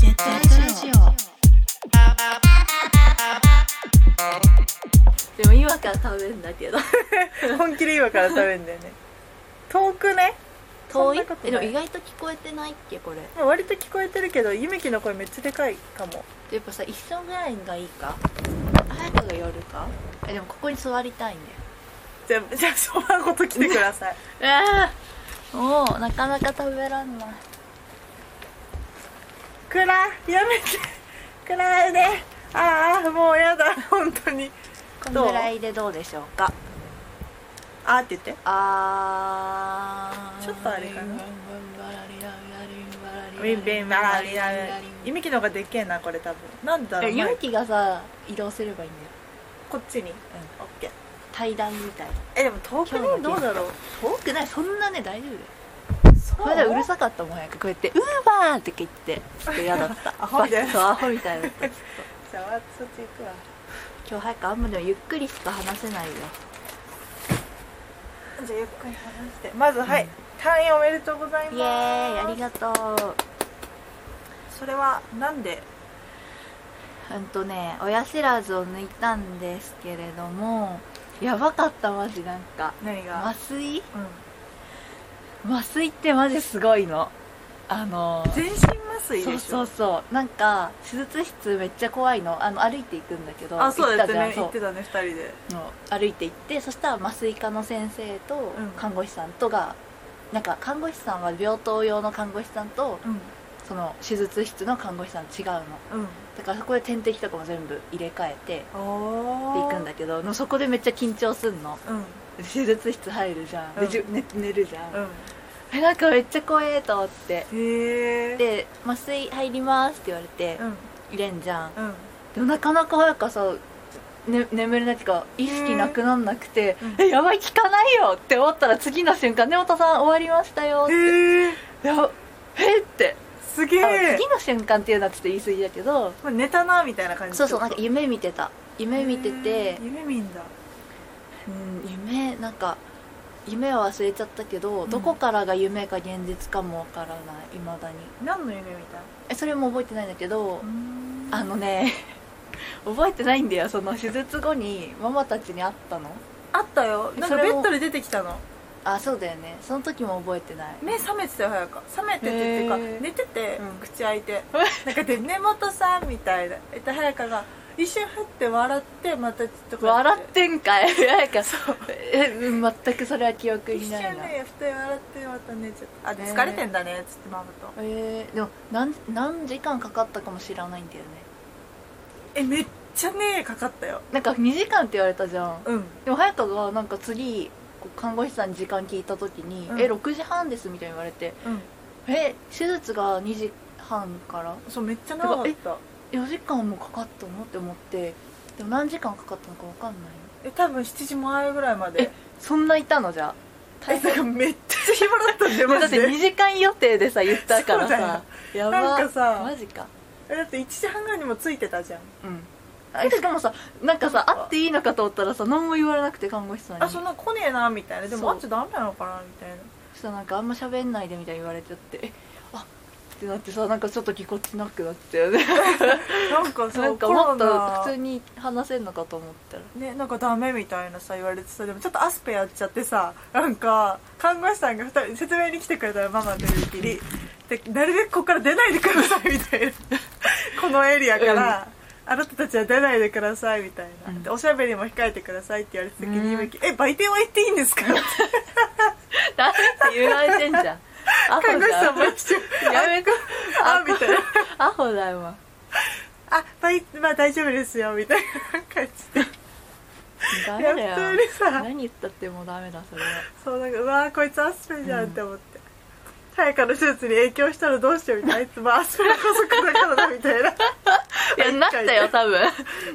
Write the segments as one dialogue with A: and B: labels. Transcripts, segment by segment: A: 絶対ラジオ
B: でも今から食べるんだけど
C: 本気で今から食べるんだよね遠くね
B: 遠い
C: そんなこと
B: で
C: な
B: も
C: い
B: 意外と聞こえてないっけこれ
C: まあ割と聞こえてるけどゆめきの声めっちゃでかいかも
B: やっぱさ一緒ぐらいがいいか早くが夜かえでもここに座りたいん
C: じゃあじゃあそばごと来てくだ さい
B: だよえもうなかなか食べらんない
C: くらやめてくらえでああもうやだ本当に
B: こ
C: ど
B: の
C: う
B: ぐらいでどうでしょうか
C: あーって言って
B: あー
C: ちょっとあれかなウィンビンバラリラゆめきの方がでっけえなこれ多分なんだろう
B: え
C: な
B: 勇気がさ移動すればいいんだよ
C: こっちに、うん、オッケー
B: 対談みたいな
C: えでも遠くね
B: 今日の
C: どうだろう
B: 多くないそんなね大丈夫だよ
C: そ
B: これでうるさかったもんやんかこうやって「ウーバー!」って言ってちょっと嫌だった
C: アホみたい な
B: そうアホみたいだった今
C: じゃあそっち行くわ
B: 日早くあんまでもゆっくりしか話せないよ
C: じゃあゆっくり話してまずはい、退院おめでとうございます
B: イエーイありがとう
C: それはなんで
B: うんとね親知らずを抜いたんですけれどもやばかったマジなんか
C: 何が、
B: 麻酔
C: う
B: 麻酔ってマジすごいのあの
C: ん、全身麻酔
B: そう
C: でしょ
B: そうそうなんか手術室めっちゃ怖いのあの歩いていくんだけど
C: あそう
B: 行
C: だっ
B: ったたじゃん
C: ね
B: そう
C: 言ってたね二人で
B: の歩いて行ってそしたら麻酔科の先生と
C: うん
B: 看護師さんとが、なんか看護師さんは病棟用の看護師さんと
C: う
B: その手術室の看護師さん違うの
C: んうん
B: だからそこで点滴とかも全部入れ替えて
C: お
B: 行くんだけどのそこでめっちゃ緊張すんの
C: うんうん
B: で手術室入るじゃん、でじゅ寝寝るじゃん、
C: うん
B: えなんかめっちゃ怖えと思って
C: へえ
B: で麻酔入りますって言われて
C: うん
B: 入れんじゃん
C: うん
B: でもなかなか早かさ、ね、眠れないっていうか意識なくなんなくて、
C: うん
B: えやばい効かないよって思ったら次の瞬間根本さん終わりましたよって
C: へえ
B: やえって、
C: すげ
B: あ
C: え
B: 次の瞬間っていうのはちょっと言い過ぎだけど
C: まあ寝たなみたいな感じ
B: そうそうなんか
C: 夢
B: 夢見てた夢見てて、
C: 夢見んだ
B: うん、夢なんか夢は忘れちゃったけど、
C: うん
B: どこからが夢か現実かもわからないいまだに
C: 何の夢見た
B: えそれも覚えてないんだけど、
C: うん
B: あのね 覚えてないんだよその手術後にママたちに会ったの
C: あったよなん
B: そ
C: か
B: れ
C: ベ
B: も
C: ッドで出てきたの
B: あそうだよねその時も覚えてない
C: 目覚めてたよ早く覚めててっていうか
B: へー
C: 寝てて、
B: うん
C: 口開 いてなんかで根本さんみたいなえっと早川が一瞬ふって笑ってまたちょっとこうや
B: 笑ってん かいなんかそうえうん全くそれは記憶
C: 一
B: に
C: 瞬
B: ないな
C: ねふて笑ってまた寝ちゃったあ
B: へー
C: 疲れてんだねっつってママと
B: えー、でも何何時間かかったかも知らないんだよね
C: えめっちゃねかかったよ
B: なんか2時間って言われたじゃん
C: うん
B: でも早川がなんか次こう看護師さんに時間聞いた時に「
C: うん
B: え6時半です」みたいに言われて
C: う
B: 「
C: ん
B: え手術が2時半から
C: そうめっちゃ長かった
B: 4時間もかかったの?」って思ってでも何時間かかったのか分かんない
C: え多分7時前ぐらいまで
B: そんないたのじゃあ
C: えだからめっちゃ暇だった んだよ
B: だ
C: マ
B: っ
C: ジ
B: て
C: で
B: 2時間予定でさ言ったからさやば
C: なんかさ
B: マジか
C: えだって1時半ぐらいにもついてたじゃん
B: うんえしかもさなんかさ会っていいのかと思ったらさ何も言われなくて看護師さんに
C: あそんな来ねえなみたいなでも
B: そう
C: あっちゃダメなのかなみたいな
B: そしたらなんかあんま喋んないでみたいに言われちゃってえあってなってさなんかちょっとぎこちなくなっ ちゃうね
C: なんかさ
B: なんか
C: コ
B: も
C: ロ
B: っ
C: ナ
B: と普通に話せんのかと思った ら
C: ね、なんかダメみたいなさ言われてさでもちょっとアスペやっちゃってさなんか看護師さんが2人説明に来てくれたらママとゆうきりでなるべくここから出ないでくださいみたいな このエリアから、あなたたちは出ないでくださいみたい
B: う
C: な、
B: ん
C: でおしゃべりも控えてくださいって言われた時
B: うん
C: にゆうきえ売店は行っていいんですかって
B: ダメって言われてんじゃんアホ
C: 看護師さんも
B: だ
C: 一緒
B: やめて
C: あみたいな
B: アホだよもう
C: あ売まあ大丈夫ですよみたいな感じで
B: ダメ
C: いや
B: だよ
C: 普通にさ
B: 何言ったってもうダメだそれは
C: そうなんかうわーこいつアスペじゃんって思って、早川の手術に影響したらどうしようみたいなあいつ もアスペの家族だからだみたいな
B: いやなったよ多分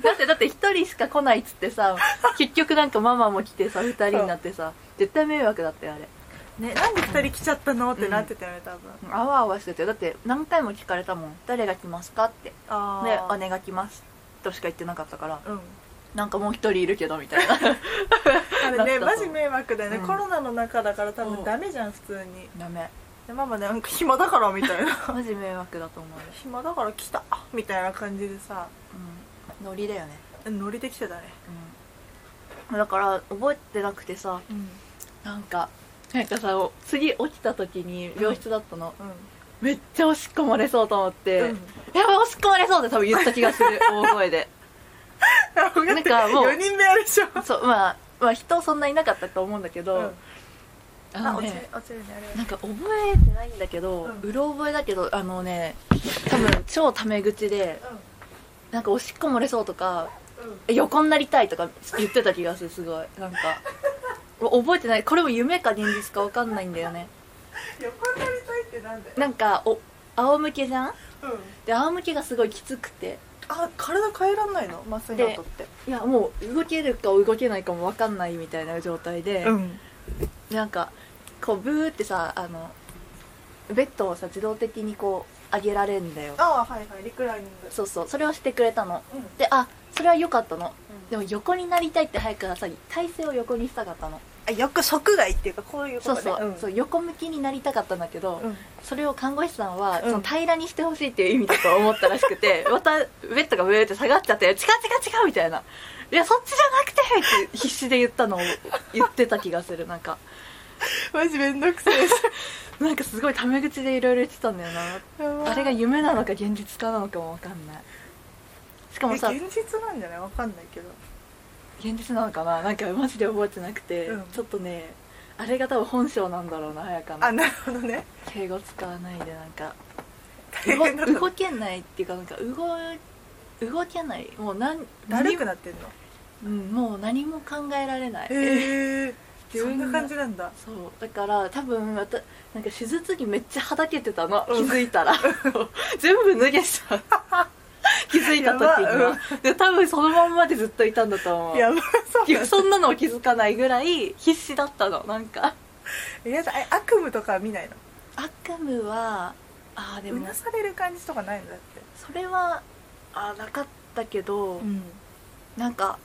B: だってだって一人しか来ないっつってさ結局なんかママも来てさ二人になってさ絶対迷惑だったよあれ
C: ねなんで2人来ちゃったのってなってたよね多分、
B: あわあわしててだって何回も聞かれたもん誰が来ますかってで
C: ああ
B: 姉が来ますとしか言ってなかったから
C: うん
B: なんかもう一人いるけどみたい な
C: あれ
B: なった
C: ね
B: そう
C: マジ迷惑だよね、
B: うん
C: コロナの中だから多
B: う
C: 分
B: ん
C: ダメじゃん普通に
B: ダメ
C: でママなんか暇だからみたいな
B: マジ迷惑だと思うよ、
C: 暇だから来たみたいな感じでさ
B: うん、ノリだよね、
C: ノリできてたね
B: うん、だから覚えてなくてさ
C: うん
B: なんかなんかさお次起きた時に病室だったの、
C: う
B: めっちゃおしっこ漏れそうと思って、
C: うん
B: やばいおしっこ漏れそうって多分言った気がする 大声で
C: ん
B: なんかもう
C: 4人目あれでしょ
B: そうまあまあ人そんないなかったと思うんだけど、
C: うん
B: あ
C: あ
B: の
C: 落ち
B: ね
C: る落ちるね
B: な
C: あれ
B: んか覚えてないんだけど、う
C: うん
B: ろ覚えだけどあのね多分超タメ口でなんかおしっこ漏れそうとか
C: うんうん
B: え横になりたいとか言ってた気がするすごいなんか覚えてないこれも夢か現実か分かんないんだよね
C: 横になりたいってなんだよ
B: なんかお仰向けじゃん
C: うん
B: で仰向けがすごいきつくて
C: あ体変えらんないの麻酔の後って
B: いやもう動けるか動けないかも分かんないみたいな状態で、
C: ん
B: なんかこうブーってさあのベッドをさ自動的にこう上げられるんだよ
C: ああはいはいリクライニング
B: そうそうそれをしてくれたの
C: うん
B: であそれは良かったの
C: うん
B: でも横になりたいって早くからさ体勢を横にしたかったの
C: あよく即外っていうかこういう
B: そ
C: こと
B: う
C: ね
B: そう,、
C: ん
B: そう横向きになりたかったんだけど、
C: うん
B: それを看護師さんは、
C: うん
B: その平らにしてほしいっていう意味だと思ったらしく てまたベッドがブーって下がっちゃって「違う違う違う」みたいな「いやそっちじゃなくて!」って必死で言ったのを言ってた気がするなんか
C: マジめんどくせえ
B: なんかすごいタメ口でいろいろ言ってたんだよなあれが夢なのか現実かなのかも分かんないしかもさ
C: え現実なんじゃないわかんないけど
B: 現実なのかななんかマジで覚えてなくて、
C: うん
B: ちょっとねあれが多分本性なんだろうな早か
C: あ
B: な
C: なるほどね
B: 敬語使わないでなんか
C: 大変だった
B: 動動けないっていうかなんか動動けないもうなん
C: だるく
B: な、
C: なってんの
B: うん、もう何も考えられない
C: へえ
B: 自
C: そ
B: 分
C: ん
B: が
C: な感じなんだ
B: そうだから多分またなんか手術着めっちゃはだけてたの気
C: うん
B: づいたら 全部脱げちゃう 気づいた時に
C: やばう
B: はで多分そのまんまでずっといたんだと思う
C: やばそう
B: いやそんなのを気づかないぐらい必死だったのなんか
C: えやだえ悪夢とかは見ないの
B: 悪夢はああで
C: う
B: も
C: なされる感じとかないのだって
B: それはあーなかったけど、
C: ん
B: なんか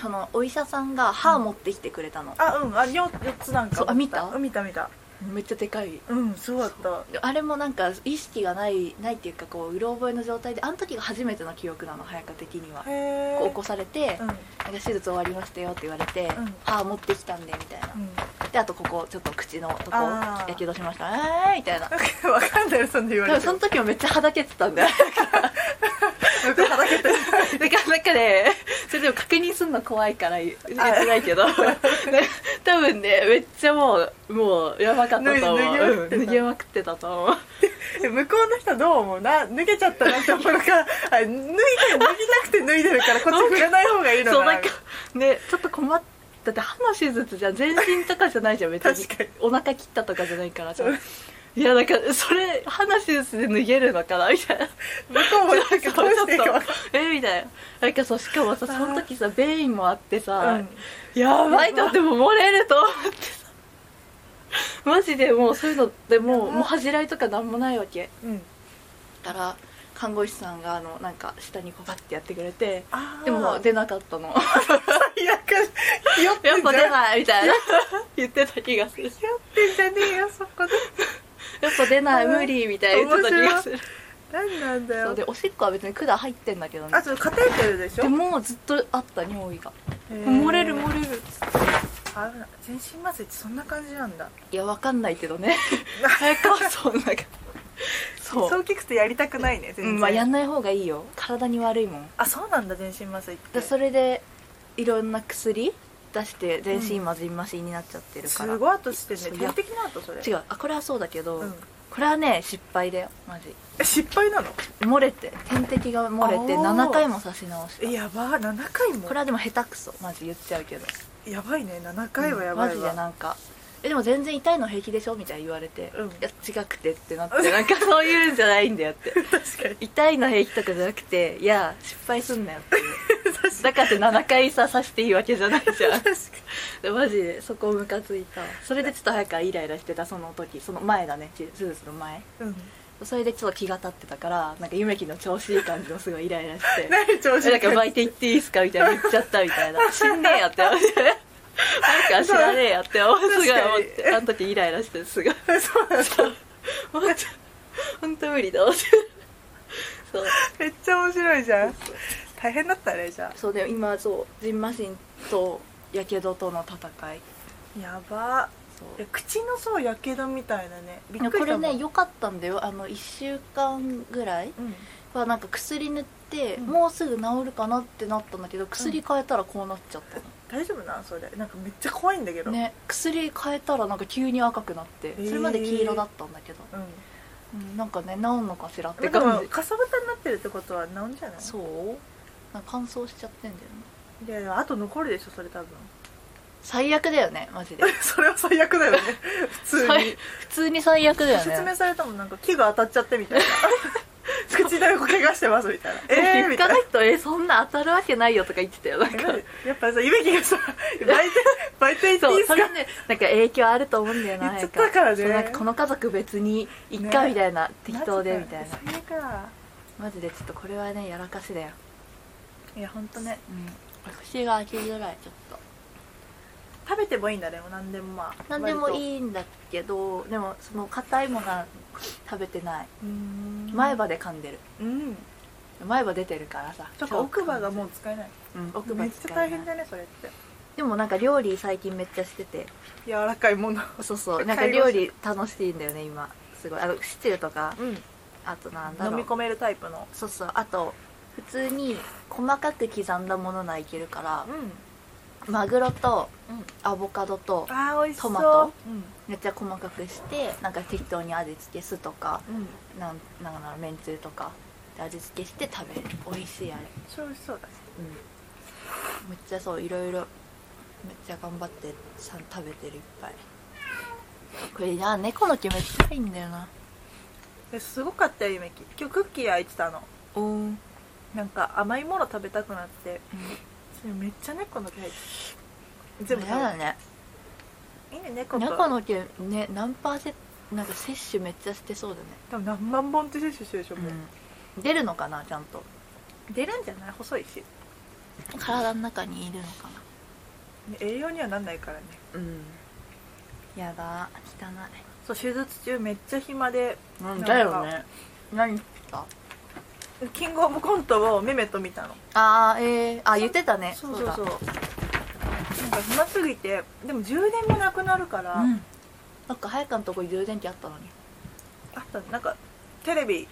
B: そのお医者さんが歯持ってきてくれたの、
C: あうんあ四四つなんか
B: そうあ見た
C: うん見た見た
B: めっちゃでかい
C: うんそうだった
B: であれもなんか意識がないないっていうかこううろ覚えの状態であの時が初めての記憶なの早川的には
C: へえ
B: こう起こされて、
C: うんうん
B: なんか手術終わりましたよって言われて、
C: ん
B: 歯持ってきたんでみたいな、であとここちょっと口のとこ
C: あー
B: やけどしましたえーみたいな
C: なんかわかんないよそんな言わ
B: でも
C: れて
B: その
C: も
B: 時もめっちゃはだけてたん だよ
C: よくはだけてる
B: だからなんかねそれでも確認するの怖いから言えてないけどね多分ねめっちゃもうもうやばかったと思
C: 脱
B: ううん脱げまくってたと思う
C: え向こうの人はどう思うな脱げちゃったなって思うのかあ脱いで脱ぎたくて脱いでるからこっち触れない方がいいの
B: そう
C: か
B: なん
C: な
B: かねちょっと困っだって歯の手術じゃん全身とかじゃないじゃん別に
C: 確かに
B: お腹切ったとかじゃないからさ
C: うん
B: いやなんかそれ歯の手術で脱げるのかなみたいな
C: 向こうもなんかどう
B: ちょっと
C: していいか分か
B: えみたいななんかそうしかもさその時さ便意もあってさ、
C: うん
B: やばいと思ってもう漏れると思ってさマジでもうそういうのでもう
C: やば
B: もう恥じらいとかなんもないわけ
C: んない、うん、
B: だから看護師さんがあのなんか下にこうバッてやってくれて
C: あー
B: でも出なかったの
C: 最悪酔ってんじゃん
B: やっぱ出ないみたいな 言ってた気がするや
C: 酔ってんじゃねえよそこで
B: っぱ出ない無理みたいな言ってた気がする
C: 何なんだ
B: そ
C: よ
B: うでおしっこは別に管入ってんだけどね
C: あそうカテーテルでしょ
B: でもうずっとあった尿意が
C: へー
B: 漏れる漏れる
C: あ危ない全身麻酔ってそんな感じなんだ
B: いやわかんないけどね早川そんながそう
C: そう聞くとやりたくないね全
B: う
C: 然、
B: んまあやんない方がいいよ体に悪いもん
C: あそうなんだ全身麻酔って
B: でそれでいろんな薬出して全身麻じん麻酔になっちゃってるから、
C: すごい後して
B: そう
C: ね
B: いや
C: 点滴な後それ
B: 違うあこれはそうだけど、
C: うん
B: これはね失敗だよマジ
C: え失敗なの
B: 漏れて点滴が漏れて
C: あ
B: 7
C: ー
B: 回も刺し直した
C: えやば7回も
B: これはでも下手くそマジ言っちゃうけど
C: やばいね7回はやばいわ、
B: うんマジでなんかえでも全然痛いの平気でしょみたいに言われて、
C: うん
B: いや違くてってなってなんか そういうんじゃないんだよって
C: 確かに
B: 痛いの平気とかじゃなくていや失敗すんなよっていうだからって7回さ刺していいわけじゃないじ ゃんでマジでそこムカついたわそれでちょっと早くイライラしてたその時その前だね手術の前
C: うん
B: それでちょっと気が立ってたからなんか夢樹の調子いい感じもすごいイライラして
C: 何調子
B: えなんか巻いていっていいですかみたいな言っちゃったみたいな死んねえやって思ってなんか知らねえやって思ってすごい思ってあの時イライラしてすごい
C: そうなんだ
B: 本当本当無理だ思ってそう
C: めっちゃ面白いじゃん大変だったねじゃ
B: そうで今そうジンマシンとやけどとの戦い
C: あやば
B: そう
C: いや口のそうやけどみたいなねびっく
B: こ
C: りだ
B: れ
C: もん
B: ね良かったんだよあの1週間ぐらい
C: うん
B: はなんか薬塗って、
C: うん
B: もうすぐ治るかなってなったんだけど薬変えたらこうなっちゃったの、
C: 大丈夫なそれなんかめっちゃ怖いんだけど、
B: ね薬変えたらなんか急に赤くなって
C: ー
B: それまで黄色だったんだけど、
C: うん
B: うんなんかね治んのかしらって
C: でも
B: 感じ
C: かさぶたになってるってことは治んじゃない
B: そうなんか乾燥しちゃってんだよね
C: いやいやあと残るでしょそ れ多分
B: 最悪だよねマ ジで
C: それは最悪だよね普通に、
B: 最普通に最悪だよね
C: 説明されたもんなんか器具当たっちゃって みたいな口で怪我してますみたいなええー、
B: 引
C: み
B: っか
C: たいな
B: ない人えそんな当たるわけないよとか言ってたよなん
C: え
B: か
C: なんでやっぱさ夢樹がさ売店売店行ってい
B: そ
C: いで
B: う
C: す
B: そ
C: か
B: れねなんか影響あると思うんだよな
C: 言っちゃったからね
B: そうなんかこの家族別にいっか
C: ね
B: みたいな、適当でみたいな
C: それか
B: マジでちょっとこれはねやらかしだよ
C: いや本当ね
B: うん口が開きづらいちょっと
C: 食べてもいいんだねもう何でもまあ
B: 何でもい
C: い
B: いんだけどでもその硬いものは食べてない前
C: 前
B: 歯で噛んでる
C: うん
B: 前歯出てるからさ
C: とか奥歯がもう使えない
B: うん奥歯
C: めっち
B: 使
C: ゃ
B: え
C: 大
B: ない
C: 変だねそれって
B: でもなんか料理最近めっちゃしてて
C: 柔らかいもの
B: そうそうなんか料理楽しいんだよね今すごいあのシチューとか
C: うん
B: あとなんだ
C: 飲
B: ろ
C: み
B: う
C: 込めるタイプの
B: そうそうあと普通に細かく刻んだものならいけるから
C: ん
B: マグロと
C: うん
B: アボカドと
C: あー美味しそう
B: トマト
C: うん
B: めっちゃ細かくしてなんか適当に味付け酢とか
C: うん
B: なんなんかなめんつゆとかで味付けして食べる美味しいあれ
C: それ美味しそうだね
B: めっちゃそういろいろめっちゃ頑張ってさ食べてるいっぱいこれな猫の毛めっちゃいいんだよな
C: えすごかったよ夢き今日クッキー焼いてたの
B: おうん
C: なんか甘いもの食べたくなってそれめっちゃ猫の毛入ってる全部
B: 嫌だね
C: いいね猫と
B: 猫の毛ね何パーセントなんか摂取めっちゃしてそうだね
C: 多分何万本って摂取してるでしょ、もう
B: うん、出るのかなちゃんと
C: 出るんじゃない細いし
B: 体の中にいるのか
C: ね栄養にはなんないからね
B: なうんやだ汚
C: そう手術中めっちゃ暇で
B: い
C: ん
B: だ
C: だ
B: よ
C: よ
B: ね
C: ね
B: 何した
C: キングオブコントをメメと見たの
B: あーえー、あ言ってたね
C: そうそうそ
B: だ
C: うなんか暇すぎてでも充電もなくなるから、
B: うんなんか早川のとこに充電器あったのに
C: あとなんかテレビ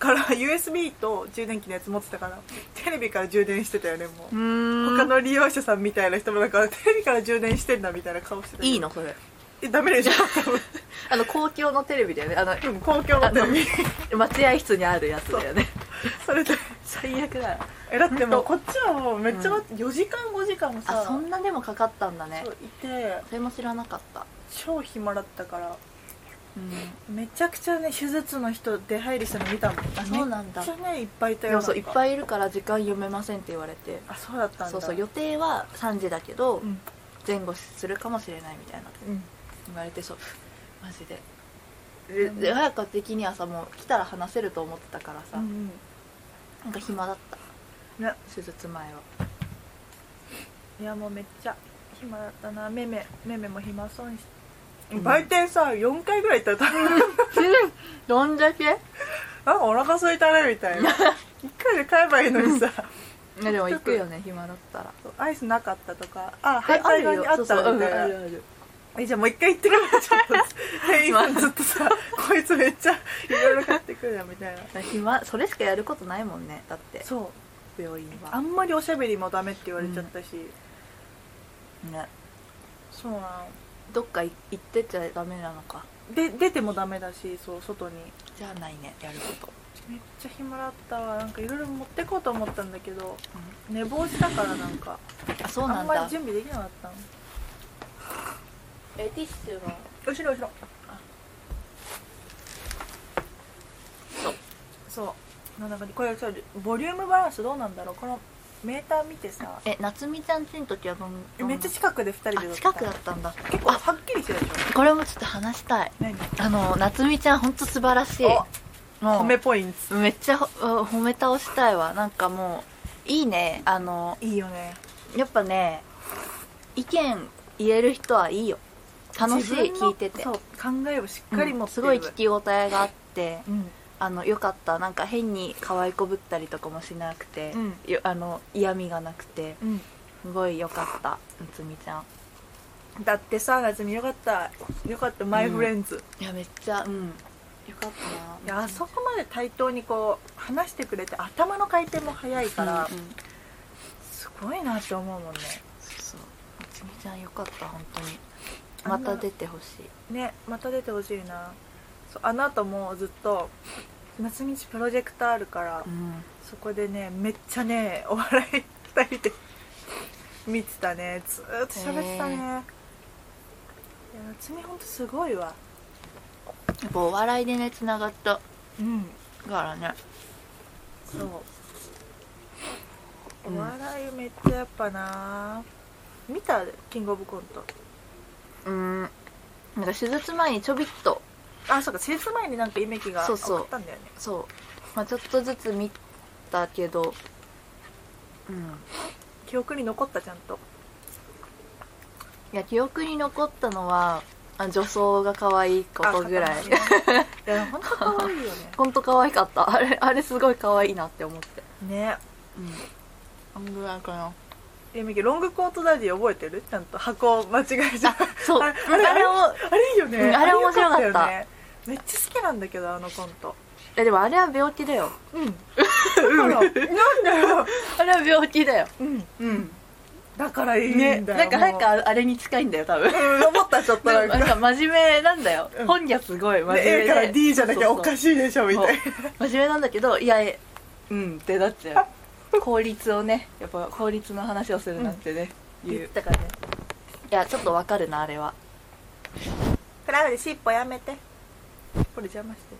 C: から USB と充電器のやつ持ってたからテレビから充電してたよねもう、
B: ん
C: 他の利用者さんみたいな人もなんかテレビから充電してんだみたいな顔してた
B: いいのそれ
C: えダメでしょ
B: あの公共のテレビだよねあ
C: 多分公共のテレビ
B: の待合室にあるやつだよね
C: それで
B: 最悪だよ
C: えだってもうこっちはもうめっちゃ待って、4時間5時間もさ
B: あそんなでもかかったんだね
C: そういて
B: それも知らなかった
C: 超暇だったから
B: うん
C: めちゃくちゃね手術の人出入りしたの見たもん
B: あそうなんだ
C: めっちゃねいっぱいいた
B: で
C: よ
B: もそういっ
C: い
B: ぱいいるから時間読めませんって言われて
C: あそうだったんだ
B: そうそう予定は3時だけど、
C: うん、
B: 前後するかもしれないみたいな
C: うん、
B: 言われてそうマジででで早川的にはさもう来たら話せると思ってたからさ、
C: うん
B: なんか暇だった
C: うんね
B: 手術前はい
C: やもうめっちゃ暇だったなめめめめも暇そうにし売店さ4回ぐらい行ったら多分
B: どんだけね
C: なんかお腹空いたねみた いな一回で買えばいいのにさ
B: でも行くよね暇だったら
C: アイスなかったとかあ反対側にあったみ
B: そうそううん
C: たい
B: あ
C: な
B: るある
C: えじゃあもう一回行ってくるちょっと店員さんずっとさこいつめっちゃいろいろ買ってくるやんみたいな
B: 暇 それしかやることないもんねだって
C: そう
B: 病院
C: あ
B: は
C: んまりおしゃべりもダメって言われちゃったし、
B: ね
C: そうなの
B: どっか行ってちゃダメなのか
C: で出てもダメだしそう外に
B: じゃあないねやること、
C: めっちゃ暇だったわなんかいろいろ持ってこうと思ったんだけど寝坊したからなんか
B: あそう
C: あ
B: なんん
C: まり
B: だ
C: 準備できなかったの
B: えティッシュは
C: 後ろ後ろ
B: そう
C: そうなんかこれちょっとボリュームバランスどうなんだろうこのメーター見てさ
B: え夏美ちゃんちの時はどんどん
C: めっちゃ近くで2人で撮
B: あ近
C: った
B: くだったんだ
C: 結構はっきりしてるでしょ
B: これもちょっと話したい
C: 何
B: あの夏美ちゃん本当素晴らしい
C: お
B: もう
C: 褒めポイント
B: めっちゃほ褒め倒したいわなんかもういいねあの
C: いいよね
B: やっぱね意見言える人はいいよ楽しい
C: 自分の
B: 聞いてて
C: そう考えをしっかり持
B: う
C: っ
B: ん
C: て
B: す
C: る、
B: ごい聞き応えがあって
C: うん
B: あのよかったなんか変に可愛いこぶったりとかもしなくて、
C: うん
B: よあの嫌味がなくて
C: うん
B: すごいよかったむつみちゃん
C: だってさ夏美よかったよかったマイフレンズ、
B: いやめっちゃうんよかった
C: いやあそこまで対等にこう話してくれて頭の回転も早いから、
B: うんうん
C: すごいなって思うもんね
B: そうそうむつみちゃんよかった本当に
C: あんな
B: また出てほしい
C: ねまた出てほしいなそうあの後もずっと夏道プロジェクターあるから、
B: うん
C: そこでねめっちゃねお笑い2人で 見てたねずーっと喋ってたね、
B: へー
C: いや夏美ほんとすごいわ
B: やっぱお笑いでねつながった
C: うん
B: からね
C: そう
B: うん
C: お笑いめっちゃやっぱな見たキングオブコント
B: うんなんか手術前にちょびっと
C: あそうか手術前になんかイメキが
B: そうそう
C: 送ったんだよね
B: そう、まあ、ちょっとずつ見たけどうん
C: 記憶に残ったちゃんと
B: いや記憶に残ったのはあ女装が可愛いことぐらい
C: あ片足ねいや本当可愛いよ
B: 本当可愛かったあれあれすごい可愛いなって思って
C: ね ね
B: うんあんぐらいかな
C: えみきロングコートダディ覚えてるちゃんと箱間違えちゃう
B: そう
C: あれあ れ
B: あ
C: あれ
B: れを
C: あれいいよね、
B: うんあれ面白かった
C: よねめっちゃ好きなんだけどあのコント
B: えでもあれは病気だよ
C: うんだからなんだよ
B: あれは病気だよ
C: うん
B: うん
C: だからいいんだ
B: ね
C: よ、
B: なんかなんかあれに近いんだよ多分
C: うん思ったちょっと
B: な
C: なんん
B: か
C: か
B: 真面目なんだよ、
C: うん
B: 本家すごい真面目で、
C: A から D じゃなきゃおか
B: い
C: しいでしょみたいな
B: 真面目なんだけどいやえうんってなっちゃう効率をね やっぱ効率の話をするなんてね、言う
C: 言ったからね
B: いやちょっとわかるなあれは
C: クラウで尻尾やめてこれ邪魔してる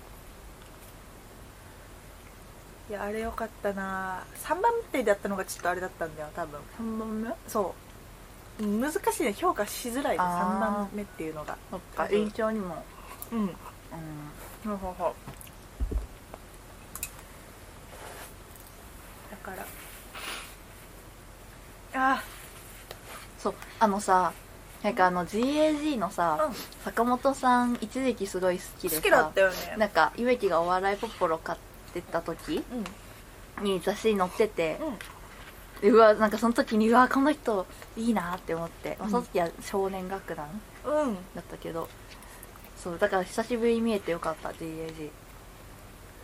C: いやあれよかったな3番手だったのがちょっとあれだったんだよ多分
B: 3番目
C: そう難しいね評価しづらいね
B: あー
C: 3番目っていうのが
B: そっか延長にも
C: うん
B: うん
C: ほうほうほうだからあ
B: そうあのさなんかあの GAG の
C: あ
B: さ、
C: うん
B: 坂本さん一時期すごい好きでさ
C: 好きだったよね
B: なんかゆめきがお笑いポッポロ買ってた時
C: うん
B: に雑誌に載ってて、
C: うん
B: でうわなんかその時にうわこの人いいなって思って、まあ
C: うん
B: その時は少年楽団
C: うん
B: だったけどそうだから久しぶりに見えてよかった GAG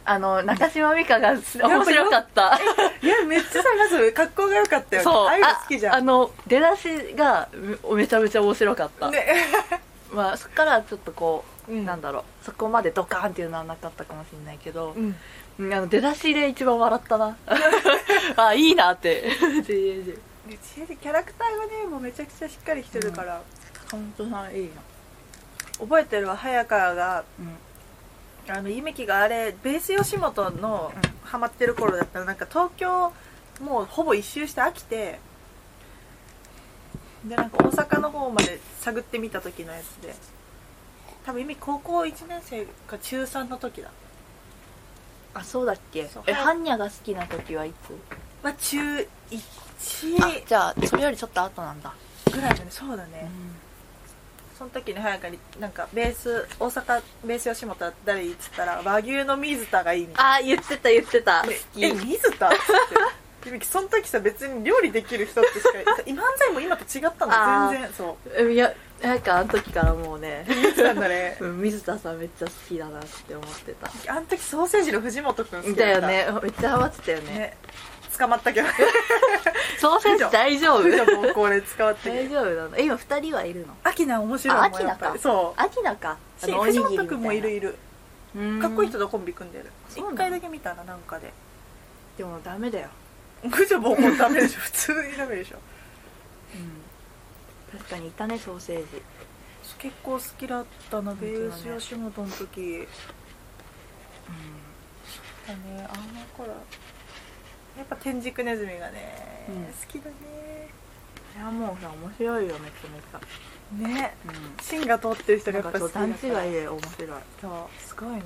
B: あの中島美嘉が面白かった
C: いやめっちゃさまず格好が良かったよね
B: そう
C: ああいうの好きじ
B: あ
C: ゃ
B: あ
C: ん
B: の出だしがめめちゃめちゃ面白かった、
C: ね
B: まあ、そっからちょっとこう、
C: うん
B: なんだろうそこまでドカーンっていうのはなかったかもしれないけど
C: う、ん
B: うんあの出だしで一番笑 ったなあいいなって JJ
C: でちえりキャラクターがねもうめちゃくちゃしっかりしてるから、
B: カウントさんいいな
C: 覚えてるわ早川が
B: うん
C: あのめきがあれベース吉本の
B: うん
C: ハマってる頃だったらなんか東京もうほぼ一周して飽きてでなんか大阪の方まで探ってみた時のやつで多分めき高校1年生か中3の時だ、
B: あそうだっけ
C: そう
B: え
C: はい
B: ハンニャが好きな時はいつ
C: まあ、中
B: あ
C: 1
B: じゃあそれよりちょっと後なんだ、
C: ぐらいだねそうだね、その時に早川になんかベース大阪ベース吉本は誰っつったら和牛の水田がいいみたい
B: あ言ってた言ってた好
C: な
B: き
C: え水田っつってゆきその時さ別に料理できる人ってしか漫才 も今と違った
B: あ
C: の
B: ー
C: 全然そう
B: えいやなんかあの時からもうね
C: 水田だね
B: うん水田さんめっちゃ好きだなって思ってた
C: あの時ソーセージの藤本くん好き
B: だ
C: だっ
B: よ
C: た
B: ねめっちゃハマってたよね
C: ね捕まったけど
B: ソーセージ大丈夫
C: 藤本暴行で捕まったけ
B: 大
C: ど
B: 丈夫なのえ今二人はいるの
C: アキナ面白いもん
B: あアキナか
C: やっぱりそう
B: アキナかあ
C: し
B: の
C: 藤
B: おにぎりみ
C: 本
B: た
C: く
B: なん
C: もいるいる
B: うん
C: かっこいい人とコンビ組んでる
B: そうなの
C: 一回だけ見たななんかで
B: でもダメだよ、
C: 藤本暴行ダメでしょ普通にダメでしょ
B: うん、確かにいたねソーセージ
C: 結構好きだったな
B: 当
C: ベ
B: だね
C: ース吉本の時だねあの頃やっぱ天竺ネズミがね、
B: うん
C: 好きだ
B: いやもうさ面白いよめちゃ
C: ねね
B: めちゃ
C: 芯が通ってる人
B: うん
C: がや
B: なん
C: っぱ
B: か
C: 好
B: そう
C: き
B: 段違
C: だから
B: いで面白い
C: そうすごいな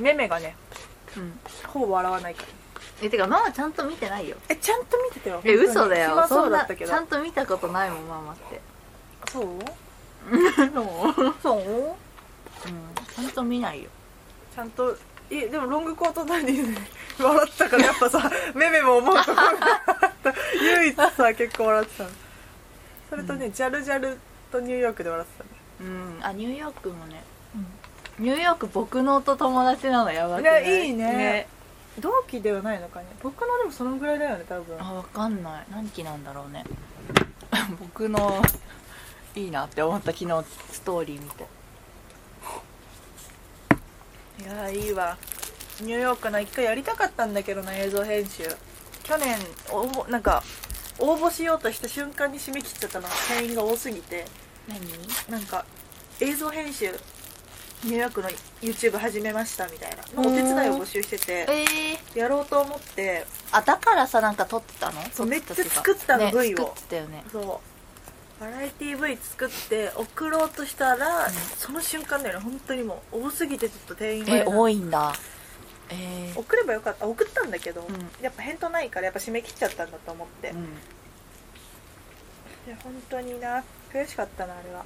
C: メメがね
B: うん
C: ほぼ笑わないから
B: えてかママちゃんと見てないよ
C: えちゃんと見てたよ
B: え嘘だよ
C: 暇
B: そ
C: そ
B: ん
C: う
B: な
C: だったけど
B: ちゃんと見たことないもんママって
C: そう
B: そう
C: そう
B: ちゃんと見ないよ
C: ちゃんとえでもロングコートダディで笑ったからやっぱさ めめも思うところがあった 唯一さ結構笑ってたのそれとね、ジャルジャルとニューヨークで笑って
B: うんあニューヨークもね
C: たね、
B: ニューヨーク僕のと友達なのやばくない
C: いやいいね同期ではないのかね僕のでもそのぐらいだよね多分
B: あわかんない何期なんだろうね 僕のいいなって思った昨日ストーリー見て
C: いやーいいわニューヨークの一回やりたかったんだけどな映像編集去年応募なんか応募しようとした瞬間に締め切っちゃったの店員が多すぎて
B: 何
C: なんか映像編集ニューヨークの YouTube 始めましたみたいなのお手伝いを募集してて
B: ええ
C: やろうと思って
B: あだからさなんか撮ってたの撮
C: そう
B: て
C: めっちゃ作ってたの
B: ね
C: V を
B: 作ってたよね
C: そうバラエティ V 作って送ろうとしたら、その瞬間だよね本当にもう多すぎてちょっと店員が
B: え多いんだえー
C: 送ればよかった送ったんだけど、
B: うん
C: やっぱ返答ないからやっぱ締め切っちゃったんだと思って、
B: うん
C: いや本当にな悔しかったなあれは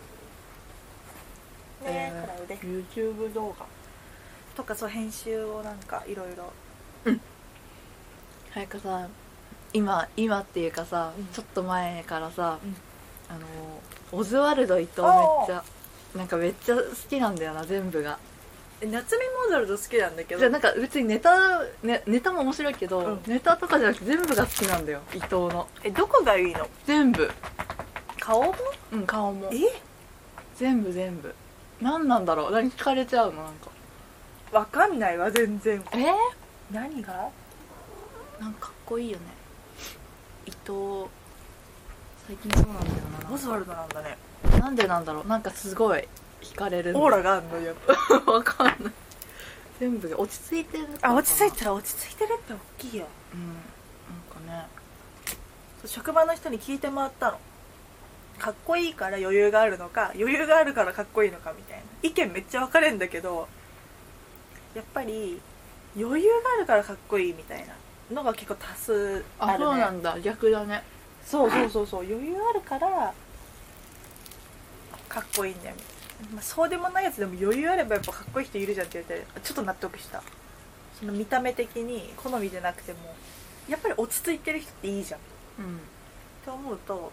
C: ねえ、
B: え
C: クラウで
B: ー YouTube 動画
C: とかそう編集をなんかいろいろ
B: 早くさ今今っていうかさ、
C: うん
B: ちょっと前からさ、
C: うん
B: あのオズワルド伊藤めっちゃなんかめっちゃ好きなんだよな全部が
C: え夏目モーザルド好きなんだけ
B: じゃあなんか別にネタ、ね、ネタも面白いけど、
C: うん
B: ネタとかじゃなくて全部が好きなんだよ伊藤の
C: えどこがいいの
B: 全部
C: 顔も
B: うん顔も
C: え
B: 全部全部何なんだろう何聞かれちゃうのなんか
C: わかんないわ全然
B: えー、
C: 何が
B: なんかかっこいいよね伊藤最近そうなんだよな
C: オズワルドなんだね
B: なんでなんだろうなんかすごい惹かれるんだ
C: オーラがあるのやっぱ
B: わかんない全部が落ち着いてる
C: あ落ち着い
B: て
C: たら落ち着いてるって大きいよ
B: うんなんかね
C: そう職場の人に聞いて回ったのかっこいいから余裕があるのか余裕があるからかっこいいのかみたいな意見めっちゃ分かれんだけどやっぱり余裕があるからかっこいいみたいなのが結構多数
B: あ
C: あるね
B: そうなんだ逆だね
C: そうそうそうそう余裕あるからかっこいいんだよみたいな、まあ、そうでもないやつでも余裕あればやっぱかっこいい人いるじゃんって言われてちょっと納得したその見た目的に好みじゃなくてもやっぱり落ち着いてる人っていいじゃん
B: うん
C: と思うと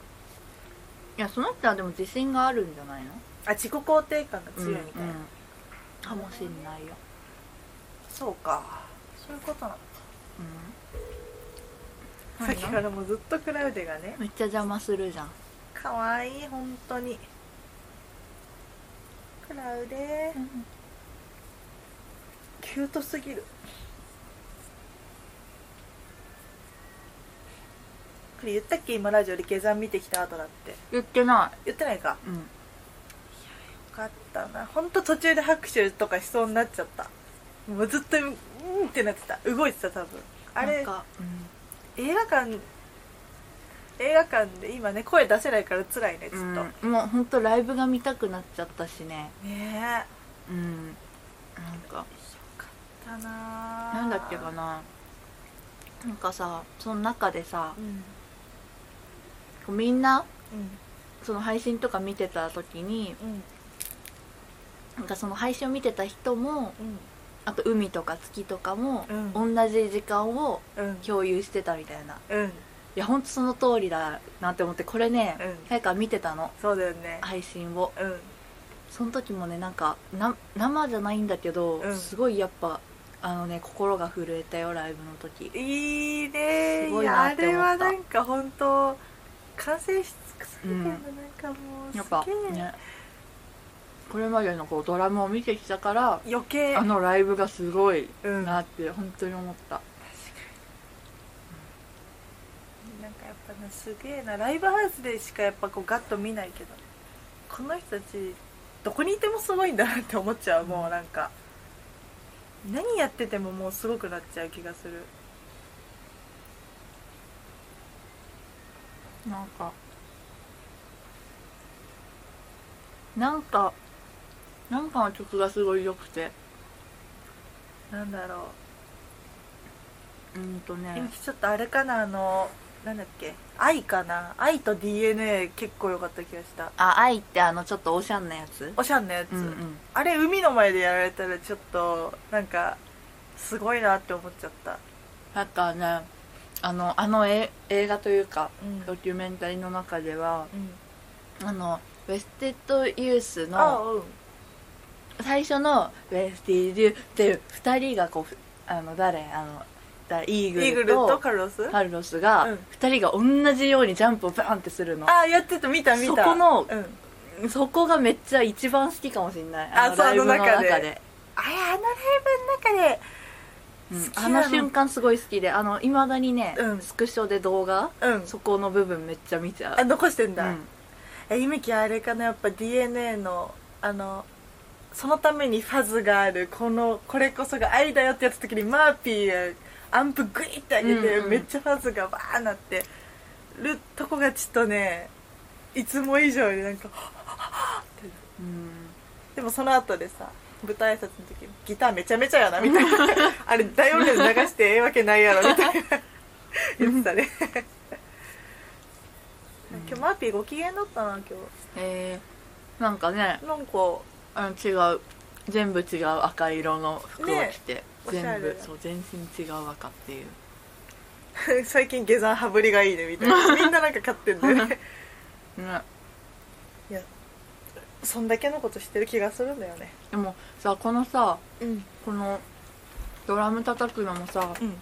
B: いやその人はでも自信があるんじゃないの
C: あ自己肯定感が強いみたい
B: う
C: な、
B: んうんかもしんないよ、
C: そうかそういうことなの
B: うん、
C: さっきからもうずっとクラウデがね
B: めっちゃ邪魔するじゃん
C: かわいい本当にクラウデキュートすぎるこれ言ったっけ今ラジオで下山見てきた後だって
B: 言ってな
C: 言ってないか
B: い、うん、
C: よかったな本当途中で拍手とかしそうになっちゃったもうずっとうんってなってた動いてた多分あ
B: な
C: れ
B: んか、うん
C: 映画館映画館で今ね声出せないから辛いねずっと、
B: うん、もうほんとライブが見たくなっちゃったしね
C: ねえ
B: うんなんか
C: だな
B: なんだっけかななんかさその中でさ
C: うん
B: こうみんな
C: うん
B: その配信とか見てた時に
C: うん
B: なんかその配信を見てた人もあと海とか月とかも、
C: う
B: 同じ時間を
C: うんうん
B: 共有してたみたいな
C: うん
B: いやほんとその通りだなって思ってこれね
C: うん
B: 早川見てたの
C: そうだよね
B: 配信を
C: うん
B: その時もねなんかな生じゃないんだけど、
C: うん
B: すごいやっぱあのね心が震えたよライブの時
C: いいね
B: すごい
C: いや
B: な
C: あ
B: って思
C: れ
B: った
C: はなんか本当完成し尽くされてるの、
B: うん
C: なんかもう
B: やっぱ
C: すげえ、
B: ねこれまでのこうドラムを見てきたから
C: 余計
B: あのライブがすごい
C: うん
B: なって本当に思った、
C: なんかやっぱねすげえなライブハウスでしかやっぱこうガッと見ないけどこの人たちどこにいてもすごいんだなって思っちゃうもうなんか何やっててももうすごくなっちゃう気がする
B: なんかなんかなんかの曲がすごい良くて
C: なんだろう
B: うんと
C: 今
B: ね
C: ちょっとあれかなあのなんだっけ愛かな愛と DNA 結構良かった気がした
B: あ愛ってあのちょっとおしゃんなやつ
C: おしゃんなやつ、
B: うんうん
C: あれ海の前でやられたらちょっとなんかすごいなって思っちゃった、
B: なんかねあのあのえ映画というか
C: うん
B: ドキュメンタリーの中では
C: うん、
B: あのウェステッドユース
C: あ
B: の
C: うん
B: 最初のウェスティデュっていう2人がこうふあの誰あのだイー
C: イ
B: グル
C: ー
B: と
C: グルとカルロス
B: カルロスが
C: うん
B: 2人が同じようにジャンプをバーンってするの
C: あやってた見た見た
B: そこの
C: うん、
B: そこがめっちゃ一番好きかもしれない
C: あそう
B: ライブの
C: あの中
B: 中
C: で
B: で
C: あれあのライブの中で
B: うん
C: 好きな
B: あ
C: の
B: の瞬間すごい好きであのいまだにね、
C: うん
B: スクショで動画、
C: うん
B: そこの部分めっちゃ見ちゃう
C: あ残してんだ、
B: うん
C: えゆみきあれかなやっぱ DNA のあのそのためにファズがあるこのこれこそが愛だよってやった時にマーピーがアンプグイって上げて、
B: うんうん
C: めっちゃファズがバーなってるとこがちょっとねいつも以上になんか
B: うん
C: でもその後でさ舞台挨拶の時ギターめちゃめちゃやなみ たいなあれ大音量で流してええわけないやろみたいな言ってたね今日マーピーご機嫌だったな今
B: えー、なんかね
C: 日なんか
B: あの違う全部違う赤色の服を着て、
C: おしゃ
B: 全
C: れ
B: 部そう全身違う赤っていう
C: 最近下山羽振りがいいねみたい なみんななんか買ってんだよね
B: ね
C: いやそんだけのことしてる気がするんだよね
B: でもさこのさ
C: うん
B: このドラム叩くのもさ
C: うん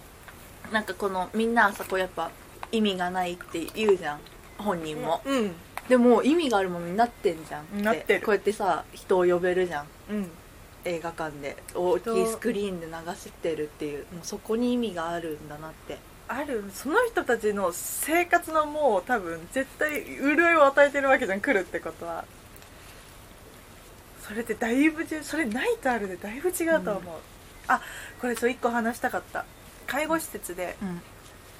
B: なんかこのみんなあそこやっぱ意味がないって言うじゃん本人も、
C: うん
B: でも意味があるものになってんじゃん
C: なってる
B: こうやってさ人を呼べるじゃん
C: うん
B: 映画館で大きいスクリーンで流してるっていうもうそこに意味があるんだなって
C: あるその人たちの生活のもう多分絶対潤いを与えてるわけじゃん来るってことはそれってだいぶじそれないとあるでだいぶ違うと思う、あこれそう一個話したかった介護施設で
B: うん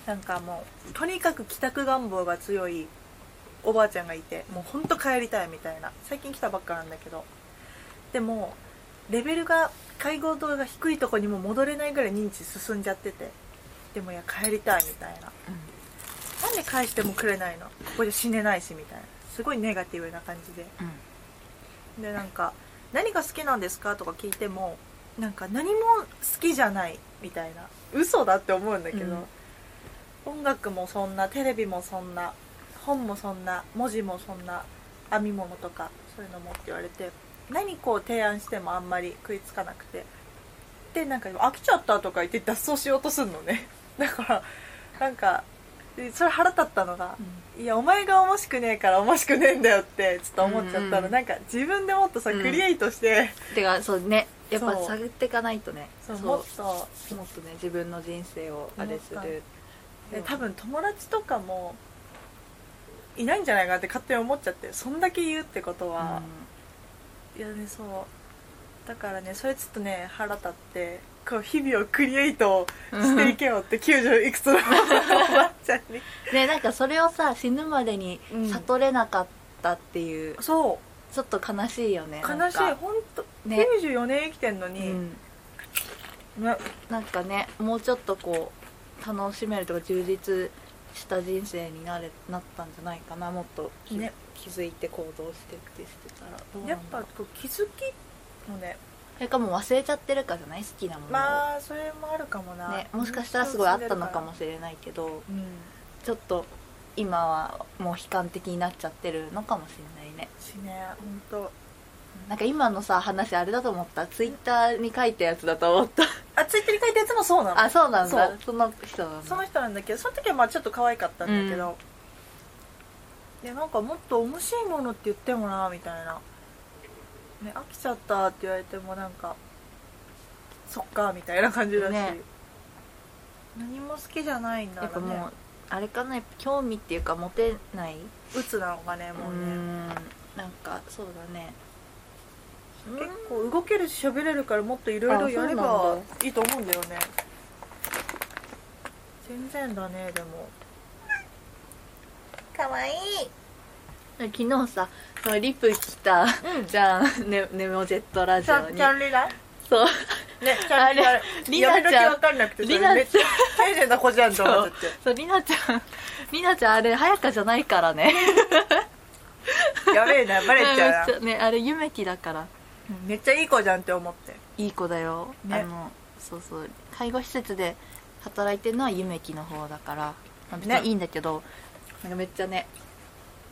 C: なんかもうとにかく帰宅願望が強いおばあちゃんがいてもうほんと帰りたいみたいな最近来たばっかなんだけどでもレベルが介護度が低いとこにも戻れないぐらい認知進んじゃっててでもいや帰りたいみたいななんで返してもくれないのここで死ねないしみたいなすごいネガティブな感じで
B: うん
C: でなんか「何が好きなんですか?」とか聞いてもなんか何も好きじゃないみたいな嘘だって思うんだけど、音楽もそんなテレビもそんな本もそんな文字もそんな編み物とかそういうのもって言われて何こう提案してもあんまり食いつかなくてでなんか飽きちゃったとか言って脱走しようとすんのね だからなんかでそれ腹立ったのが、いやお前が面白くねえから面白くねえんだよってちょっと思っちゃったら、
B: うんうん
C: なんか自分でもっとさ、
B: うん
C: クリエイトして
B: てかそうねやっぱ
C: そう
B: 探っていかないとね
C: そう
B: そう
C: もっと
B: もっとね自分の人生をあれす
C: もっと
B: る
C: で多分友達とかもいないんじゃないかなって勝手に思っちゃってそんだけ言うってことは、いやねそうだからねそれちょっとね腹立ってこう日々をクリエイトしていけよって90いくつ のおばあちゃんに
B: うんねなんかそれをさ死ぬまでに
C: うん
B: 悟れなかったっていう、ち
C: そう
B: ょっと悲しいよね
C: 悲しい
B: なんか
C: 本当
B: ね
C: 94年生きてんのに、
B: うん
C: ね
B: なんかねもうちょっとこう楽しめるとか充実した人生になれなったんじゃないかなもっと気,、
C: ね
B: 気づいて行動してってしてたらどうな
C: やっ
B: んだ
C: ぱ
B: ろう
C: こう気づきもね
B: それかもう忘れちゃってるかじゃない好きなものを、
C: まあそれもあるかもな、
B: ね、もしかしたらすごいあったのかもしれないけど
C: うん
B: ちょっと今はもう悲観的になっちゃってるのかもしれないね
C: しね本当。
B: なんか今のさ話あれだと思ったツイッターに書いたやつだと思った
C: あツイッターに書いたやつもそうなの
B: あそうなんだ
C: そう
B: その人なん
C: そ
B: だ
C: の人なんだけどその時はまあちょっと可愛かったんだけど、でなんかもっと面白いものって言ってもなみたいな、ね、飽きちゃったって言われてもなんかそっかみたいな感じだし、
B: ね
C: 何も好きじゃないんだ
B: やっぱ
C: ろうね
B: もうあれかなやっぱ興味っていうか持てない
C: 鬱なのがねもう
B: うー
C: ね
B: んなんかそうだね
C: 結構動けるし喋れるからもっといろいろやれ
B: あそう
C: ば
B: なん
C: いいと思うんだよね全然だねでもかわいい
B: 昨日さそのリプ来た
C: うん
B: じゃん、ね、ネモジェットラジ
C: キ
B: オ
C: ャン
B: に
C: キャンリラ
B: そう
C: ねちゃんと
B: あれ
C: りな
B: りなちゃん
C: わかんなくてそれ
B: りなちゃん
C: めっちゃ丁寧な子じゃんと
B: そ
C: 思っ
B: う
C: ちゃっ
B: そうりなちゃんりなちゃんあれ早かじゃないからね
C: てやべえなバレちゃう
B: めっ
C: な
B: ちゃねあれゆめきだから
C: めっちゃいい子じゃんって思って
B: いい子だよ、
C: ね
B: あのそうそう介護施設で働いてるのはゆめきの方だから、まあ別
C: ね
B: にいいんだけど、なんかめっちゃね、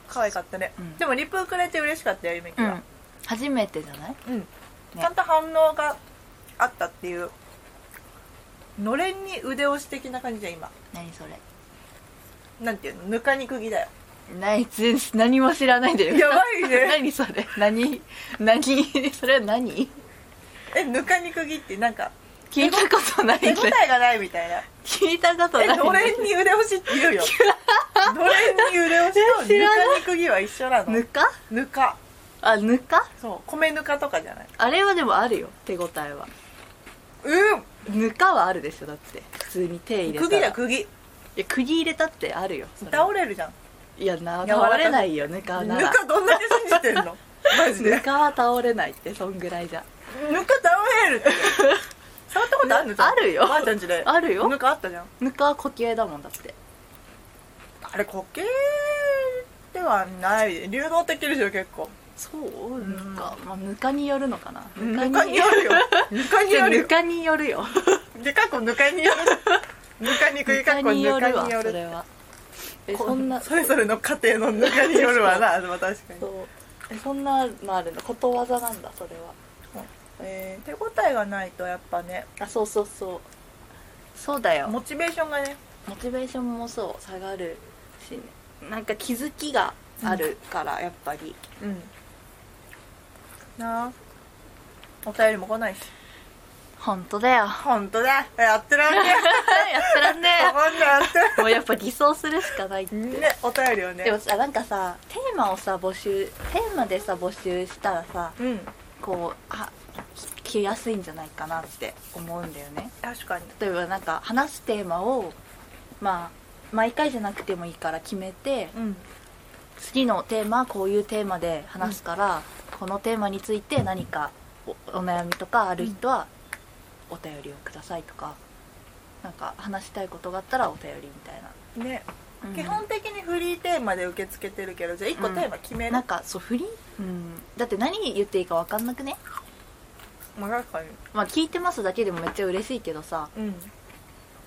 C: 可愛かったね、
B: うん
C: でもリプくれて嬉しかったよゆめきは
B: 初めてじゃない
C: うん、ちゃんと反応があったっていうのれんに腕押し的な感じじゃん今
B: 何それ
C: なんていうのぬかに釘だよ
B: 何全然何も知らないで
C: やばいね
B: 何それ何何それは何
C: えぬかに釘ってな んか
B: 聞いたことない
C: 手
B: ね
C: 応えがないみたいな
B: 聞いたことない
C: え
B: ね
C: のれんに腕押しっ て言うよのれんに腕押しと
B: 知
C: ぬ
B: らない
C: かに釘は一緒な
B: ぬ
C: の
B: か
C: ぬか
B: あぬか
C: そう米ぬかとかじゃない
B: あれはでもあるよ手応えは
C: う
B: ぬかはあるでしょだって普通に手入れ
C: ん
B: たら
C: 釘だ釘
B: いや釘入れたってあるよそれ
C: 倒れるじゃん
B: いやな
C: 柔らかく
B: 倒れないよぬか
C: ぬ
B: なら
C: かどんだけ信じてん のマジで
B: ぬかは倒れないってそんぐらいじゃ
C: ぬか倒れるって触ったことあるの
B: ぬあるよ
C: ばあちゃんちで
B: あるよ
C: ぬかあったじゃん
B: ぬかは固形だもんだって
C: あれ固形ではない流動的でしょ結構
B: そう
C: うん
B: ぬか、まあ、ぬかによるのかな
C: ぬかによるよぬかに
B: じゃ
C: よ
B: あ
C: る
B: ぬ
C: よ
B: かによるよ
C: でかっこぬかによるぬかにくいかっこぬか
B: わ
C: によ
B: そ
C: る
B: れはえそんな
C: それぞれの家庭のぬかによるわなでも確かに
B: そうえそんなのあるのことわざなんだそれは
C: えー手応えがないとやっぱね
B: あそうそうそうそうだよ
C: モチベーションがね
B: モチベーションもそう下がるし、ね、なんか気づきがあるから、やっぱり
C: うんなあお便りも来ないし
B: 本当だよや
C: 本当だやってらんね
B: ってらんね
C: えほんとやってらんね
B: えもうやっぱ偽装するしかないって、
C: えねお便りをね
B: でもさなんかさテーマをさ募集テーマでさ募集したらさ
C: うん
B: こうあき来やすいんじゃないかなって思うんだよね
C: 確かに
B: 例えばなんか話すテーマをまあ毎回じゃなくてもいいから決めて
C: うん
B: 次のテーマはこういうテーマで話すから、このテーマについて何かおお悩みとかある人はお便りをくださいとか、なんか話したいことがあったらお便りみたいな、
C: ね、
B: うん
C: 基本的にフリーテーマで受け付けてるけどじゃあ1個テーマ決める、
B: なんかそうフリー、うん、だって何言っていいか分かんなくね
C: まあ確かに
B: まあ聞いてますだけでもめっちゃ嬉しいけどさ
C: うん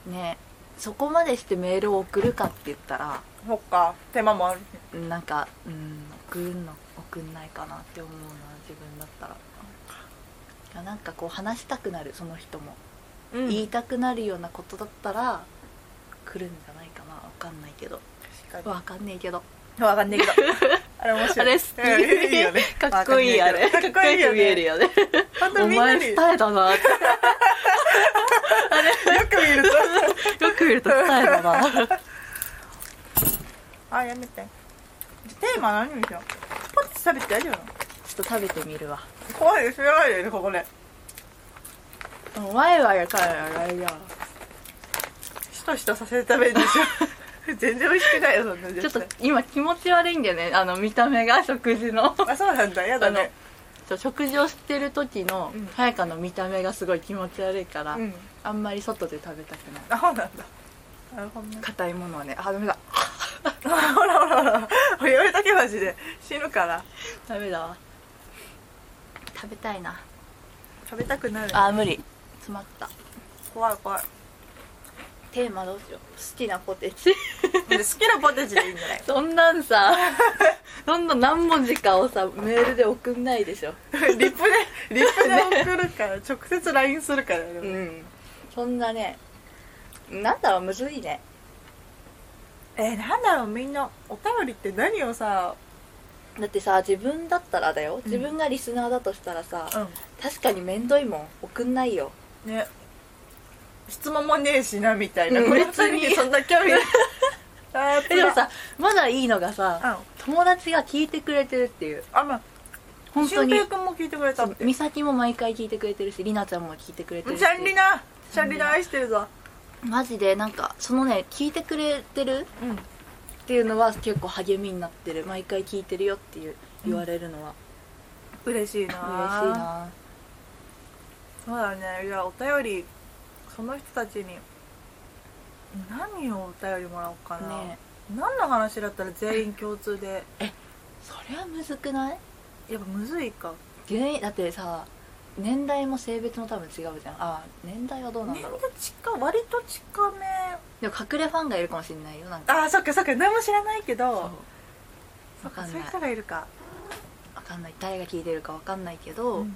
B: ねそこまでしてメールを送るかって言ったら
C: そっか手間もある
B: なんかうん送んの送んないかなって思うな自分だったらいやなんかこう話したくなるその人も、
C: うん
B: 言いたくなるようなことだったら来るんじゃないかなわかんないけど
C: 確か
B: わかんないけど
C: にわかんねえ けどあれ面
B: あ
C: 白い
B: れ好き
C: うんいいよね
B: かっこいいあれ
C: わかんねえけどかっこいいよ
B: かっこよく見える
C: ね
B: よね
C: 本当
B: お
C: にみんな
B: 前
C: によ
B: 伝えた なって
C: く見る と
B: よく見ると伝えたな
C: あやめてじゃあテーマ何にしようポッチ食べて大丈夫なの
B: ちょっと食べてみるわ
C: 怖いですやばいよねここで
B: ワイワイからあれや
C: しとしとさせるためにしょ 全然美味しくないよそんな
B: ちょっ
C: 絶
B: と
C: 対
B: 今気持ち悪いんだよねあの見た目が食事の
C: あそうなんだやだね
B: そう食事をしてる時の
C: うん
B: 早香の見た目がすごい気持ち悪いから、
C: うん
B: あんまり外で食べたくない
C: あそうなんだなるほどね
B: 硬いものはねあダメだ
C: ほらほらほら言われたけマジで死ぬから
B: ダメだわ食べたいな
C: 食べたくなる
B: あー無理詰まった
C: 怖い怖い
B: テーマどうしよう好きなポテチ
C: で好きなポテチでいいんじゃな い
B: そんなん さそんな何文字かをさメールで送んないでしょ
C: リップでリップで送るから直接 LINE するからね、
B: んそんなねなんだろうむずいね
C: えー、なんだろうみんなお便りって何をさ、
B: だってさ自分だったらだよ自分がリスナーだとしたらさ、確かにめんどいもん送んないよ
C: ね質問もねえしなみたいな、
B: うん
C: こいつにそんな 興味ないあー
B: えでもさまだいいのが
C: つら
B: さ
C: うん
B: 友達が聞いてくれてるっていう
C: あまあ
B: 本当
C: 俊
B: に
C: 平君も聞いてくれたって
B: 美咲も毎回聞いてくれてるしりなちゃんも聞いてくれてるし
C: シャンリナシャンリナ愛してるぞ
B: マジでなんかそのね聞いてくれてる
C: う
B: っ
C: ん
B: ていうのは結構励みになってる毎回聞いてるよっていう言われるのは
C: 嬉しいな
B: 嬉しいな
C: そうだねいやお便りその人たちに何をお便りもらおうかな、
B: ね
C: 何の話だったら全員共通で
B: それはむずくない
C: やっぱむずいか
B: 全員だってさ年代も性別も多分違うじゃんあ年代はどうなん
C: 年
B: だろ
C: 齢
B: う
C: 近割と近め
B: でも隠れファンがいるかもしれないよなんか
C: あーそっかそっか何も知らないけ
B: そう
C: どそ
B: わ
C: っ
B: か
C: か
B: ん
C: そ
B: ない
C: ういう人がいるか
B: わかんない誰が聞いてるかわかんないけど、
C: うん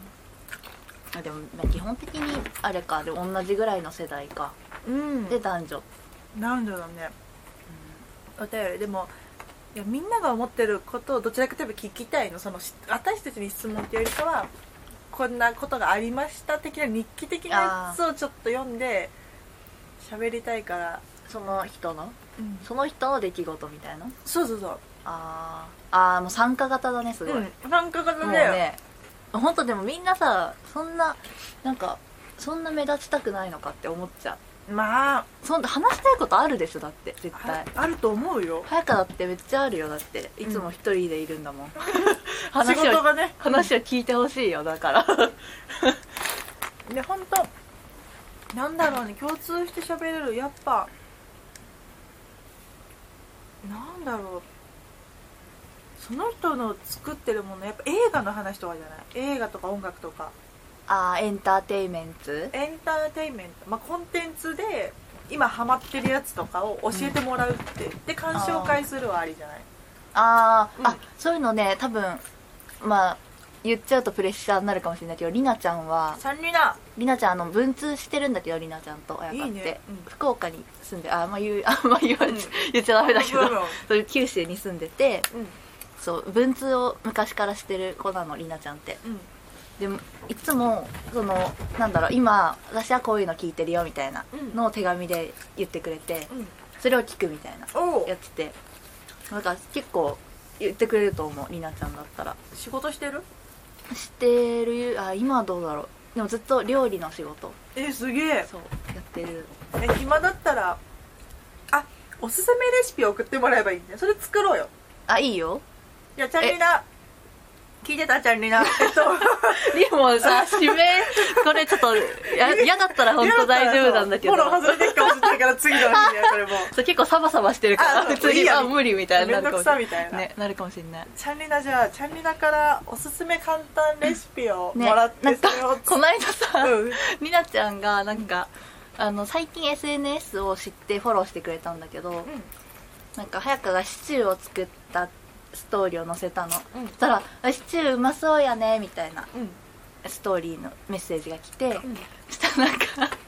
B: あでもまあ基本的にあれかでも同じぐらいの世代か
C: うん
B: で男女、
C: 男女だねお便りでもいやみんなが思ってることをどちらかといえば聞きたいのそのし私たちに質問っていうよりかはこんなことがありました的な日記的なやつをちょっと読んで喋りたいから、
B: その人のその人の出来事みたいな
C: そうそうそう
B: あーあーもう参加型だねすごい、も
C: うん参加型
B: う
C: だよ、
B: ね本当でもみんなさそんななんかそんな目立ちたくないのかって思っちゃう
C: まあ
B: そんな話したいことあるでしょだって絶
C: あ
B: 対
C: あると思うよ
B: 早かだってめっちゃあるよだっていつも一人でいるんだもん、
C: 仕
B: 話
C: 事
B: を
C: がね
B: 話を聞いてほしいよだから
C: で本当なんだろうね共通して喋れるやっぱなんだろうその人の作ってるものやっぱ映画の話とかじゃない映画とか音楽とか
B: ああエンターテイメント
C: エンターテインメント、まあ、コンテンツで今ハマってるやつとかを教えてもらうって、で鑑賞会するはありじゃない
B: あー、
C: う
B: あ
C: ん
B: そういうのね多分まあ言っちゃうとプレッシャーになるかもしれないけどりなちゃんは
C: 三人だ
B: りなちゃんあの文通してるんだけどりなちゃんと親方って
C: いいねうん
B: 福岡に住んであんま言うあんま言わ、
C: うん
B: 言っちゃダメだけど
C: うん
B: そういう九州に住んでて
C: うん
B: そう文通を昔からしてる子なのりなちゃんって
C: うん
B: でもいつもそのなんだろう今私はこういうの聞いてるよみたいな
C: うん
B: のを手紙で言ってくれて
C: うん
B: それを聞くみたいな
C: おう
B: やっててなんか結構言ってくれると思うりなちゃんだったら
C: 仕事してる
B: してるあ今はどうだろうでもずっと料理の仕事
C: えすげえ
B: そうやってる
C: え暇だったらあおすすめレシピ送ってもらえばいいんだよそれ作ろうよ
B: あいいよ
C: いやチャンリナ聞いてたチャンリナえっと
B: でもさ指名これちょっとや嫌だったら 本当大丈夫なんだけど
C: フォロー外れてるかもしれないから次の日にはそれも
B: そう結構サバサバしてるから
C: あそう
B: 普通
C: いい
B: に
C: よ
B: あ無理みたいに な
C: 面
B: るか
C: 倒
B: も
C: く
B: しれ
C: さ
B: ない
C: みたいな、
B: ねなるかもしれない
C: チャンリナじゃあチャンリナからおすすめ簡単レシピを
B: ね
C: もらっ
B: な
C: て
B: ん
C: そ
B: か
C: れを
B: この間さ、
C: うん
B: りなちゃんがなんか、あの最近 SNS を知ってフォローしてくれたんだけど、なんか早川がシチューを作ったストーリーを載せたの、
C: うん
B: そしたらあ「シチューうまそうやね」みたいな
C: うん
B: ストーリーのメッセージが来て、
C: うん
B: そしたらなんか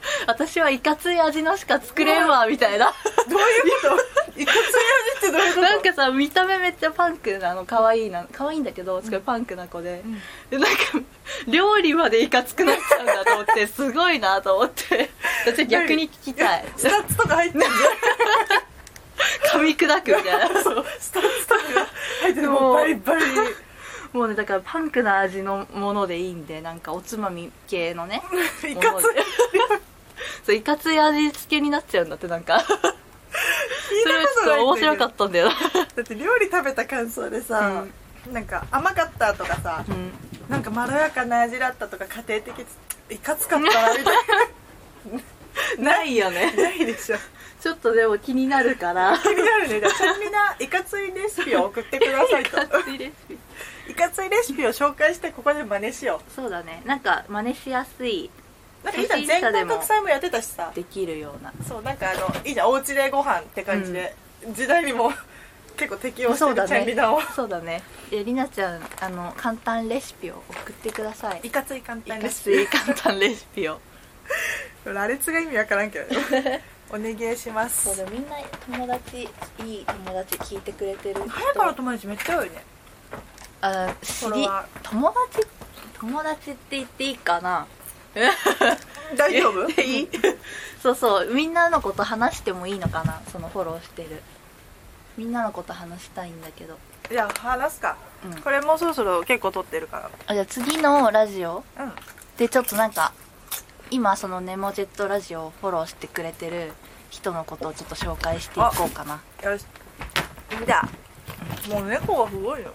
B: 「私はいかつい味のしか作れんわ」みたいな
C: どういうこといかつい味ってどういうこと
B: なんかさ見た目めっちゃパンクなの可愛いな可愛いんだけどすごいパンクな子で、
C: ん
B: でなんか料理までいかつくなっちゃうんだと思ってすごいなと思って私逆に聞きたい
C: スタッツとか入ってる
B: 噛み砕くみたい な
C: そうスタッツとか入ってるも
B: も
C: う
B: う
C: バリバリ
B: もうねだからパンクな味のものでいいんでなんかおつまみ系のね
C: いかつい
B: そういかつい味付けになっちゃうんだってなん か それはちょっと面白かったんだよな
C: だって料理食べた感想でさ、なんか甘かったとかさ、
B: うん
C: なんかまろやかな味だったとか家庭的っていかつかったなみたい
B: ないよね
C: なないでし ょ
B: ちょっとでも気になるから
C: 気になるねじゃあちゃんみないかついレシピを送ってください
B: い
C: と
B: かついレシピ
C: いかついレシピを紹介してここで真似しよ
B: そうだねなんか真似しやすいう
C: なんかいいじゃん全国国際もやってたしさ
B: できるような
C: そうなんかあのいいじゃんお家でご飯って感じで、時代にも結構適応して
B: そう
C: る
B: だ
C: チャンリ
B: ね
C: ナを、
B: そうだねえりなちゃんあの簡単レシピを送ってください
C: いかつい簡
B: い
C: 単
B: か
C: レシ
B: つ
C: ピ
B: い簡単レシピを
C: 羅列が意味わから んけどねお願いします
B: そうでもみんな友達いい友達聞いてくれてる人
C: 早川の友達めっちゃ 多いね
B: あ知
C: フォ
B: り
C: ロワ
B: 友達友達って言っていいかな
C: 大丈夫
B: いいそうそうみんなのこと話してもいいのかなそのフォローしてるみんなのこと話したいんだけど
C: いや話すか、
B: うん
C: これもうそろそろ結構撮ってるか
B: あじゃあ次のラジオ
C: らうん
B: でちょっとなんか今そのネモジェットラジオをフォローしてくれてる人のことをちょっと紹介していこうかな
C: よしじゃあもう猫がすごいよ